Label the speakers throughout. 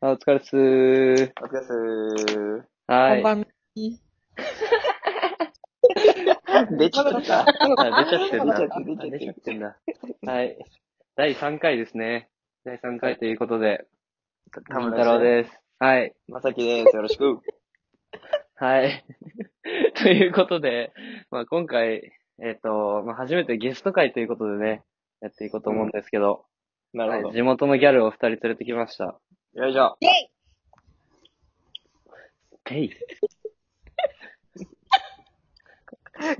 Speaker 1: あ、お疲れっすー。
Speaker 2: お疲れっす
Speaker 1: は
Speaker 3: こんば
Speaker 1: い。
Speaker 3: んみ。
Speaker 2: ー。出ちゃった。
Speaker 1: あ出ちゃってんな。
Speaker 2: 出ちゃってる
Speaker 1: あ出ちゃってんな。はい。第3回ですね。第3回ということで、
Speaker 2: 田
Speaker 1: 田
Speaker 2: 村
Speaker 1: 村太郎
Speaker 2: す。
Speaker 1: です。はい。
Speaker 2: まさきです。よろしく。
Speaker 1: はい。 ということで、まあ、今回、えっ、と、まあ、初めてゲスト会ということでね、やっていこうと思うんですけど、
Speaker 2: なるほ
Speaker 1: はい
Speaker 2: ど。
Speaker 1: 地元のギャルを2人連れてきました。
Speaker 2: よいしょ。
Speaker 3: イェイ
Speaker 1: ペイ。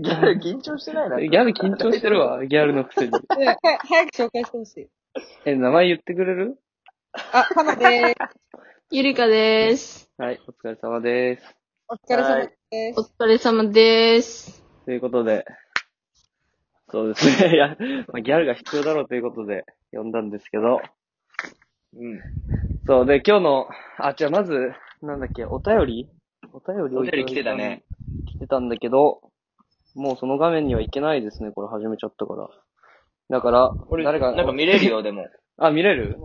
Speaker 2: ギャル緊張してないな。
Speaker 1: ギャル緊張してるわ、ギャルのくせに。
Speaker 3: 早く早く紹介してほしい。
Speaker 1: え、名前言ってくれる
Speaker 3: あ、ハナでーす。
Speaker 4: ゆりかです。
Speaker 1: はい、お疲れ様です。
Speaker 3: お疲れ様で
Speaker 4: お
Speaker 3: す。
Speaker 4: 疲れ様です。
Speaker 1: ということで、そうですね。 いや、まあ、ギャルが必要だろうということで、呼んだんですけど、
Speaker 2: うん。
Speaker 1: そう、で、今日の、あ、じゃあまず、なんだっけ、お便りお便りをいだい
Speaker 2: お便り来てたね。
Speaker 1: 来てたんだけど、もうその画面にはいけないですね、これ始めちゃったから。だから、誰が、
Speaker 2: なんか見れるよ、でも。
Speaker 1: あ、見れる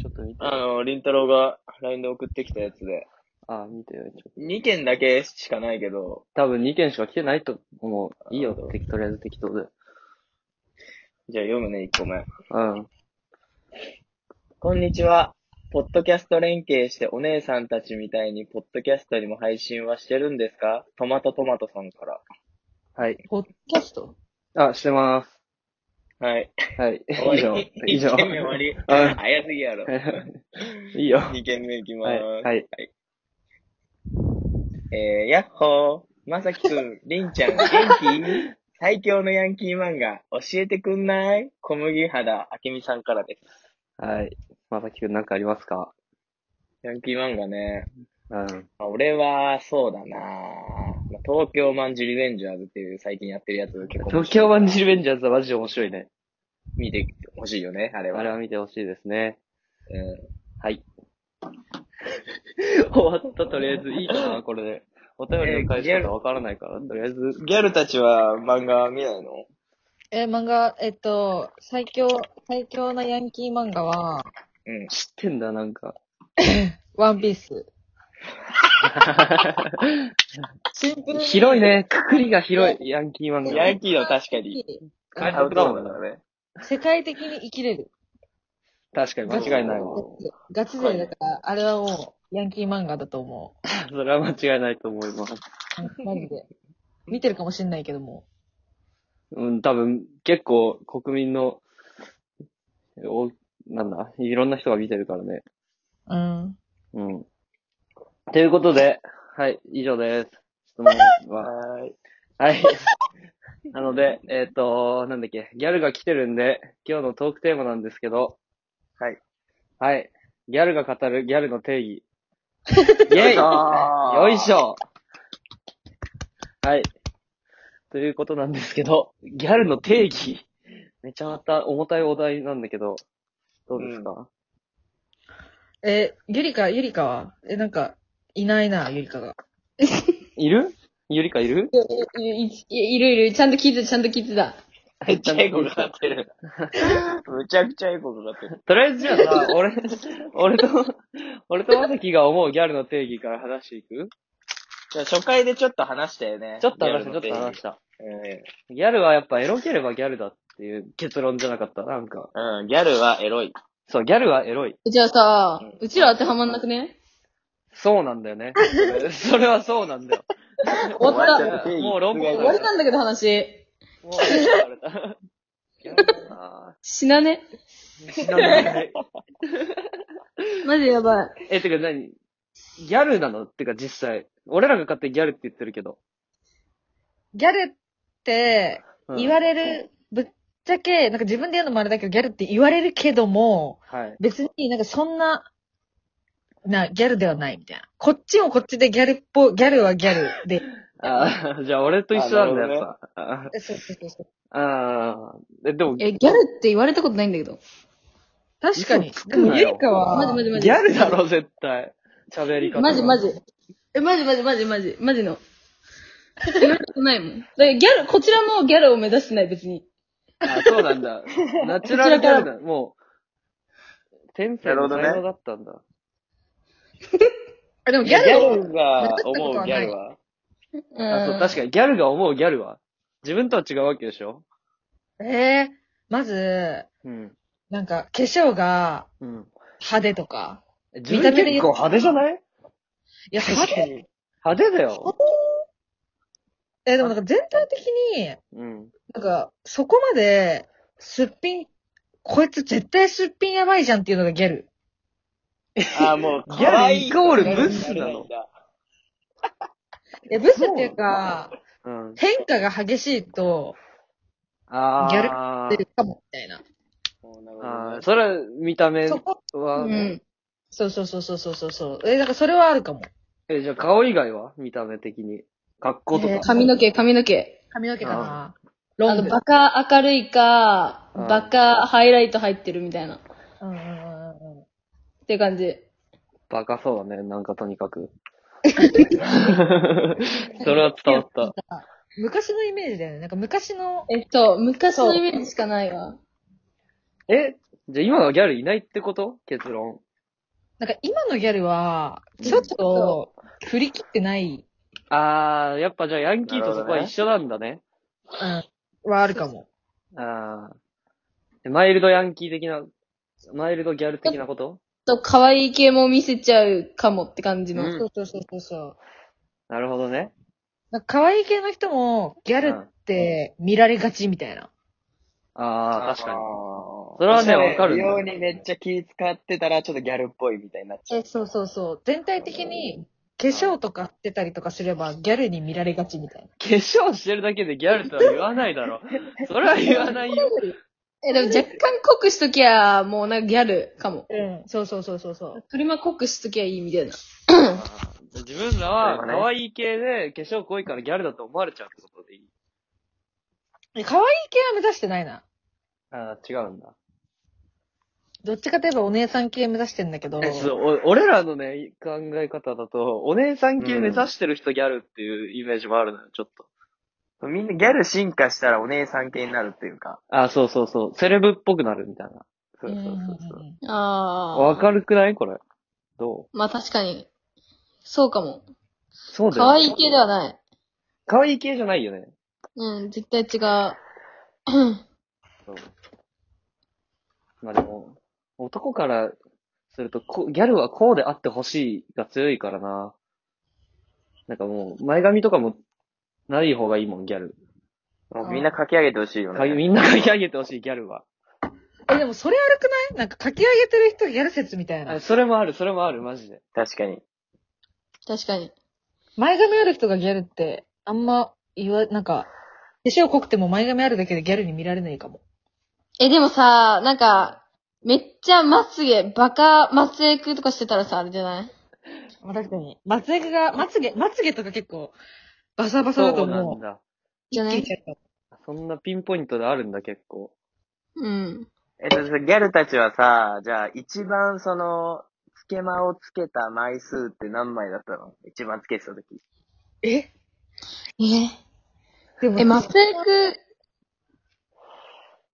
Speaker 1: ちょっと見て。
Speaker 2: あの、りんたろうが LINE で送ってきたやつで。
Speaker 1: あ、見てよ。ちょ
Speaker 2: 2件だけしかないけど、
Speaker 1: 多分2件しか来てないと思う。いいよ
Speaker 2: なるほ、ど
Speaker 1: 適当とりあえず適当で。
Speaker 2: じゃあ読むね、1個目。
Speaker 1: うん。
Speaker 2: こんにちは。ポッドキャスト連携してお姉さんたちみたいに、ポッドキャストにも配信はしてるんですかトマトトマトさんから。
Speaker 1: はい。
Speaker 3: ポッドキャスト
Speaker 1: あ、してまーす。
Speaker 2: はい。
Speaker 1: はい。
Speaker 2: 終わ
Speaker 1: 以
Speaker 2: り
Speaker 1: 上。以上
Speaker 2: 1。件目終わり。
Speaker 1: うん
Speaker 2: 早すぎやろ。
Speaker 1: いいよ。
Speaker 2: 2件目いきま
Speaker 1: は
Speaker 2: ー
Speaker 1: い
Speaker 2: す。。
Speaker 1: はい。
Speaker 2: えー、やっほー。まさきくん、りんちゃん、元気最強のヤンキー漫画、教えてくんない小麦肌、あけみさんからです。
Speaker 1: はい。まさきくんなんかありますか
Speaker 2: ヤンキー漫画ね。
Speaker 1: うん。
Speaker 2: まあ俺は、そうだなーまあ東京マンジュリベンジャーズっていう最近やってるやつ結構面白い。
Speaker 1: 東京マンジルベンジャーズはマジで面白いね。
Speaker 2: 見てほしいよね、あれは。
Speaker 1: あれは見てほしいですね。
Speaker 2: うん。
Speaker 1: はい。終わった、とりあえず。いいかな、これで。お便りの返し方わからないから、とりあえず。
Speaker 2: ギャルたちは漫画見ないの
Speaker 3: えー、漫画、えっと、最強、最強なヤンキー漫画は、
Speaker 2: うん。
Speaker 1: 知ってんだ、なんか。
Speaker 3: ワンピース。シンプルに
Speaker 1: 広い。ね。くくりが広い。ヤンキー漫
Speaker 2: ヤ
Speaker 1: 画
Speaker 2: ン。キーの確かに。
Speaker 1: 海
Speaker 2: アウ
Speaker 1: 賊
Speaker 2: ト
Speaker 1: だ
Speaker 2: ド
Speaker 1: も
Speaker 2: ア
Speaker 1: ん
Speaker 2: だ
Speaker 1: な
Speaker 2: からね。
Speaker 3: 世界的に生きれる。
Speaker 1: 確かに、間違いないわ。
Speaker 3: ガチ勢だから、あれはもう、ヤンキー漫画だと思
Speaker 1: それは間違いないと思います。
Speaker 3: う。マジで。見てるかもしんないけども。
Speaker 1: うん、多分、結構、国民の、お、なんだ、いろんな人が見てるからね。
Speaker 3: うん。
Speaker 1: うん。ということで、はい、以上です。質問 は。
Speaker 2: はーい。
Speaker 1: はい。なので、えっ、と、なんだっけ、ギャルが来てるんで、今日のトークテーマなんですけど、
Speaker 2: はい。
Speaker 1: はい。ギャルが語るギャルの定 義。イェイよいし
Speaker 2: ょ
Speaker 1: ょはい。ということなんですけど、ギャルの定義。めちゃまた重たいお題なんだけど、どうですか、
Speaker 3: えー、ゆりか、ゆりかはえ、なんか、いないな、ゆりかが。
Speaker 1: いるゆりかいる
Speaker 4: いいいいるいる。ちゃんと聞いてた、ちゃんと聞いてた。
Speaker 2: めっちゃエゴかかってる。むちゃくちゃエゴかかってる。
Speaker 1: とりあえずじゃあ さ、俺、俺と、俺とまさきが思うギャルの定義から話していく
Speaker 2: じゃあ初回でちょっと話したよね。
Speaker 1: ちょっと話した、ちょっと
Speaker 2: ギャルの
Speaker 1: 話
Speaker 2: 定
Speaker 1: した。
Speaker 2: 義
Speaker 1: ギャルはやっぱエロければギャルだっていう結論じゃなかった。なんか。
Speaker 2: うん。うん、ギャルはエロい。
Speaker 1: そう、ギャルはエロい。
Speaker 4: じゃあさ
Speaker 2: うん、
Speaker 4: うちら当てはまんなくね
Speaker 1: そうなんだよ ね。それはそうなんだよ。
Speaker 4: 終わ
Speaker 2: 終わ
Speaker 4: った。
Speaker 2: っちゃった
Speaker 1: もう論文
Speaker 4: 終わりなんだけど話。
Speaker 1: もう、疲れた。ギャルは
Speaker 4: 死なね。
Speaker 1: 死なんだよね
Speaker 4: マジやばい。
Speaker 1: え、てか何ギャルなのってか実際。俺らが勝手にギャルって言ってるけど。
Speaker 3: ギャルって、
Speaker 1: うん
Speaker 3: 言われる、ぶっちゃけ、なんか自分で言うのもあれだけど、ギャルって言われるけども、
Speaker 1: はい。
Speaker 3: 別になんかそんな、な、ギャルではないみたいな。こっちもこっちでギャルっぽい、ギャルはギャル で。
Speaker 1: ああ、じゃあ俺と一緒なんだよ、やっぱ。あ
Speaker 3: そうそうそうそう。
Speaker 1: あー、えでも、
Speaker 4: え、ギャルって言われたことないんだけど。
Speaker 3: 確かに
Speaker 1: 嘘つ。
Speaker 3: で
Speaker 1: くなよ
Speaker 3: も、ゆりかは、
Speaker 4: マジマジマジ。
Speaker 1: ギャルだろ、絶対。喋り方。
Speaker 4: マジマジ。。え、マジマジマジマジ。マジの。言われたことないもん。だからギャル、こちらもギャルを目指してない、別に。
Speaker 1: あ、そうなんだ。ナチュラルギャルだ。もう、天性の才能だったんだ。
Speaker 3: あ、でも
Speaker 2: ギ
Speaker 3: ギャ
Speaker 2: ャ
Speaker 3: ルを、
Speaker 2: ルが思
Speaker 3: 思
Speaker 2: う
Speaker 3: う
Speaker 2: ギ
Speaker 3: ギ
Speaker 2: ャ
Speaker 3: ャ
Speaker 2: ル
Speaker 3: ル
Speaker 2: は
Speaker 1: あ、そう、確
Speaker 4: か
Speaker 1: かにギャルが思うギャルは、自分とは違うわけでしょ
Speaker 3: ええまず、
Speaker 1: うん。
Speaker 3: なんか、化粧が
Speaker 1: うん。
Speaker 3: 派手とか。
Speaker 1: 自分結構派手じゃない
Speaker 3: いや、派手。
Speaker 1: に。派手だよ。
Speaker 3: え、でもなんか全体的に、
Speaker 1: うん。
Speaker 3: なんか、そこまで、すっぴん、こいつ絶対すっぴんやばいじゃんっていうのがギャル。
Speaker 2: あーもう、
Speaker 1: ギャルイコール
Speaker 2: 可愛い
Speaker 1: ブスなの
Speaker 3: え、ブスっていうか、
Speaker 1: うん。
Speaker 3: 変化が激しいと、
Speaker 1: あー。
Speaker 3: ギ出るかも、みたいな。
Speaker 2: もうなるほど
Speaker 1: あ
Speaker 2: ね
Speaker 1: ーそれは見た目
Speaker 3: そこ、
Speaker 1: は、
Speaker 4: うん。
Speaker 3: そうそうそうそうそうそうそう。え、なんかそれはあるかも。
Speaker 1: え、じゃあ顔以外は見た目的に。格好とか。
Speaker 3: えー
Speaker 4: 髪の毛、髪の毛。
Speaker 3: 髪の毛かな。
Speaker 4: あ
Speaker 3: ロン
Speaker 4: の、
Speaker 3: グ。
Speaker 4: バカ明るいか、
Speaker 1: うん
Speaker 4: バカハイライト入ってるみたいな。っ
Speaker 3: うんうんうんうん。
Speaker 4: て感じ。
Speaker 1: バカそうだね、なんかとにか く。それは伝わった。
Speaker 3: 昔のイメージだよね。なんか昔の、
Speaker 4: えっと、昔のイメージしかないわ。
Speaker 1: えじゃあ今のギャルいないってこと結論。
Speaker 3: なんか今のギャルは、ちょっと、振り切ってない、
Speaker 1: あー、やっぱじゃあヤンキーとそこは一緒なんだね。
Speaker 3: うん、はあるかも。
Speaker 1: あー。マイルドヤンキー的な、マイルドギャル的なこと
Speaker 4: ちょっと可愛い系も見せちゃうかもって感じの。
Speaker 1: うん
Speaker 3: そうそうそうそうそう。
Speaker 1: なるほどね。
Speaker 3: なんか可愛い系の人も、ギャルって見られがちみたいな。
Speaker 1: あー、確かに。
Speaker 2: そ
Speaker 1: それはねわかる
Speaker 2: 美容にめっちゃ気使ってたら、ちょっとギャルっぽいみたいになっちゃう。
Speaker 3: え、そうそうそう。全体的に、化粧とかしてたりとかすれば、ギャルに見られがちみたいな。
Speaker 1: 化粧してるだけでギャルとは言わないだ ろ。それは言わない よ。
Speaker 4: え、でも若干濃くしときゃ、もうなんかギャルかも。
Speaker 3: うん。そうそうそうそうそう。
Speaker 4: 車濃くしときゃいいみたいな。
Speaker 1: 自分らは可愛い系で化粧濃いからギャルだと思われちゃうってことでいい。
Speaker 3: え可愛い系は目指してないな。
Speaker 1: ああ、違うんだ。
Speaker 3: どっちかといえばお姉さん系目指してんだけど。
Speaker 1: え、そう、お俺らのね、考え方だと、お姉さん系目指してる人ギャルっていうイメージもあるのよ、ちょっと。
Speaker 2: みんなギャル進化したらお姉さん系になるっていうか。
Speaker 1: あ、そうそうそう。セレブっぽくなるみたいな。
Speaker 2: そうそうそうそうう。
Speaker 3: ん
Speaker 4: あー。
Speaker 1: わかるくないこれ。どう
Speaker 4: まあ確かに。そうかも。
Speaker 1: そうだよ。
Speaker 4: 可愛い系ではない。
Speaker 1: 可愛い系じゃないよね。
Speaker 4: うん、絶対違う。
Speaker 1: そう。まあでも、男からするとこう、ギャルはこうであってほしいが強いからな。なんかもう、前髪とかもない方がいいもん、ギャル。
Speaker 2: もうみんな書き上げてほしいよ
Speaker 1: か
Speaker 2: ね。
Speaker 1: みんな書き上げてほしい、ギャルは。
Speaker 3: え、でもそれ悪くないなんか書き上げてる人ギャル説みたいな
Speaker 1: あ。それもある、それもある、マジで。
Speaker 2: 確かに。
Speaker 4: 確かに。
Speaker 3: 前髪ある人がギャルって、あんま言わ、なんか、化粧濃くても前髪あるだけでギャルに見られないかも。
Speaker 4: え、でもさ、なんか、めっちゃまつげ、バカまつげくとかしてたらさ、あれじゃない
Speaker 3: まあ、確かに。まつげが、まつげ、まつげとか結構、バサバサだと
Speaker 1: そうな
Speaker 3: 思
Speaker 1: ん
Speaker 3: う。
Speaker 1: だ。
Speaker 4: じゃ
Speaker 3: 一気
Speaker 4: ね
Speaker 3: にちゃった
Speaker 1: そんなピンポイントであるんだ、結構。
Speaker 4: うん。
Speaker 2: えっと、ギャルたちはさ、じゃあ、一番その、つけまをつけた枚数って何枚だったの一番つけてた時。
Speaker 3: え
Speaker 4: え、
Speaker 3: でも、
Speaker 4: え、まつげく、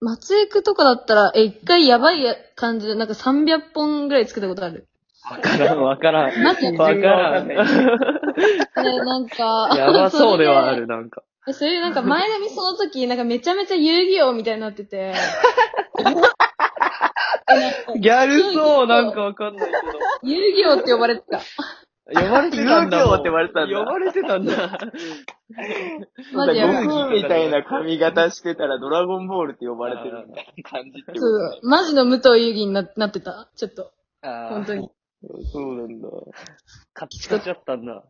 Speaker 4: まつげくとかだったら、え、一回やばいや感じで、なんか300本ぐらいつけたことある。
Speaker 1: わからん、わからん。
Speaker 4: マジ
Speaker 1: わから
Speaker 2: 順番わか
Speaker 1: ん。、
Speaker 4: え、なんか
Speaker 1: やばそうではあ
Speaker 4: る
Speaker 1: る、なんか。
Speaker 4: で それでなんか前髪その時、なんかめちゃめちゃ遊戯王みたいになってて。
Speaker 1: ギャルそう、なんかわかんないけど。
Speaker 4: 遊戯王って呼ばれてた。
Speaker 1: 呼ばれてたんだもん。
Speaker 2: 遊戯王って呼ばれてたんだ
Speaker 1: 呼ばれてたんだ。
Speaker 4: マジやば
Speaker 1: そ
Speaker 4: い。
Speaker 1: うだ
Speaker 2: 悟空みたいな髪型してたらドラゴンボールって呼ばれてるみたいな感じってこ
Speaker 4: そ
Speaker 2: と
Speaker 4: う。マジの武藤遊戯にななってた。ちょっと。
Speaker 1: あ
Speaker 4: 本当
Speaker 1: あ、
Speaker 4: に。
Speaker 2: そうなんだ。
Speaker 1: カッチカチだったんだ。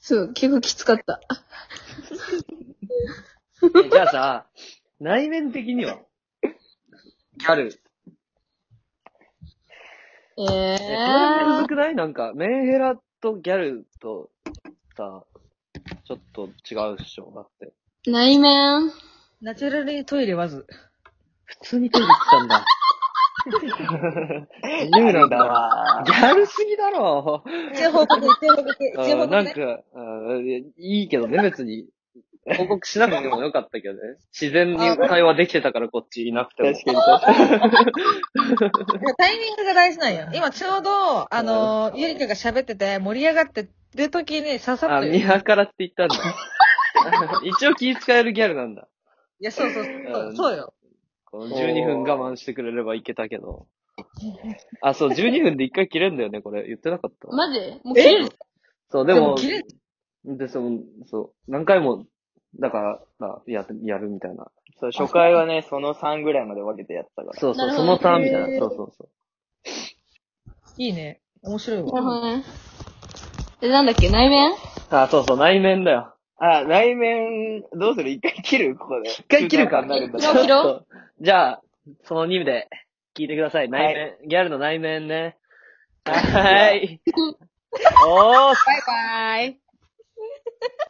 Speaker 4: そう。結構きつかった。
Speaker 1: えじゃあさ、内面的にはギャル。
Speaker 4: え
Speaker 1: え、それって
Speaker 4: ー
Speaker 1: むず。くないなんか、メンヘラとギャルとさ、ちょっと違うっしょ、だって。
Speaker 4: 内面。
Speaker 3: ナチュラルにトイレわず。
Speaker 1: 普通にトイレ行ってたんだ。言うなん
Speaker 2: だ
Speaker 1: だ。
Speaker 2: わ
Speaker 1: ギ。ャルすぎだろ。
Speaker 3: 一応報告、一応報告、
Speaker 1: うんなんか、うんいいけどね、別に。報告しなくてもよかったけどね。自然に会話できてたからこっちいなくても。
Speaker 2: 確かに確かに。
Speaker 3: いやタイミングが大事なんや。今ちょうど、あのー、ゆりかが喋ってて盛り上がってる時にささっ
Speaker 1: あ、
Speaker 3: と。
Speaker 1: 見
Speaker 3: い
Speaker 1: 計らって言ったんだ。一応気遣えるギャルなんだ。
Speaker 3: や、そうそうそうう、
Speaker 1: ん
Speaker 3: そうよ。
Speaker 1: この12分我慢してくれればいけたけど。あ、そう、12分で一回切れんだよね、これ。言ってなかった。
Speaker 4: マジもう切れる
Speaker 1: そう、でも、
Speaker 3: 切れ
Speaker 1: で、その、そう、何回も、だから、や、やるみたいな。
Speaker 2: そう、初回はね、その3ぐらいまで分けてやってたから。
Speaker 1: そうそ
Speaker 4: な
Speaker 1: う、
Speaker 4: る
Speaker 1: そ
Speaker 4: ほど
Speaker 1: のターンみたいな。
Speaker 3: へー
Speaker 1: そうそうそう。
Speaker 3: いいね。面白い
Speaker 4: なるほ
Speaker 3: わ。
Speaker 4: どね。え、なんだっけ内面
Speaker 1: あ、そうそう、内面だよ。
Speaker 2: あ、内面、どうする一回切るここで。一
Speaker 1: 一回切るか。
Speaker 2: なるんだ
Speaker 4: じゃあ切ろう
Speaker 1: じゃあ、その2で聞いてください。内面、ギャルの内面ね。はーい。おー
Speaker 3: バイバイ。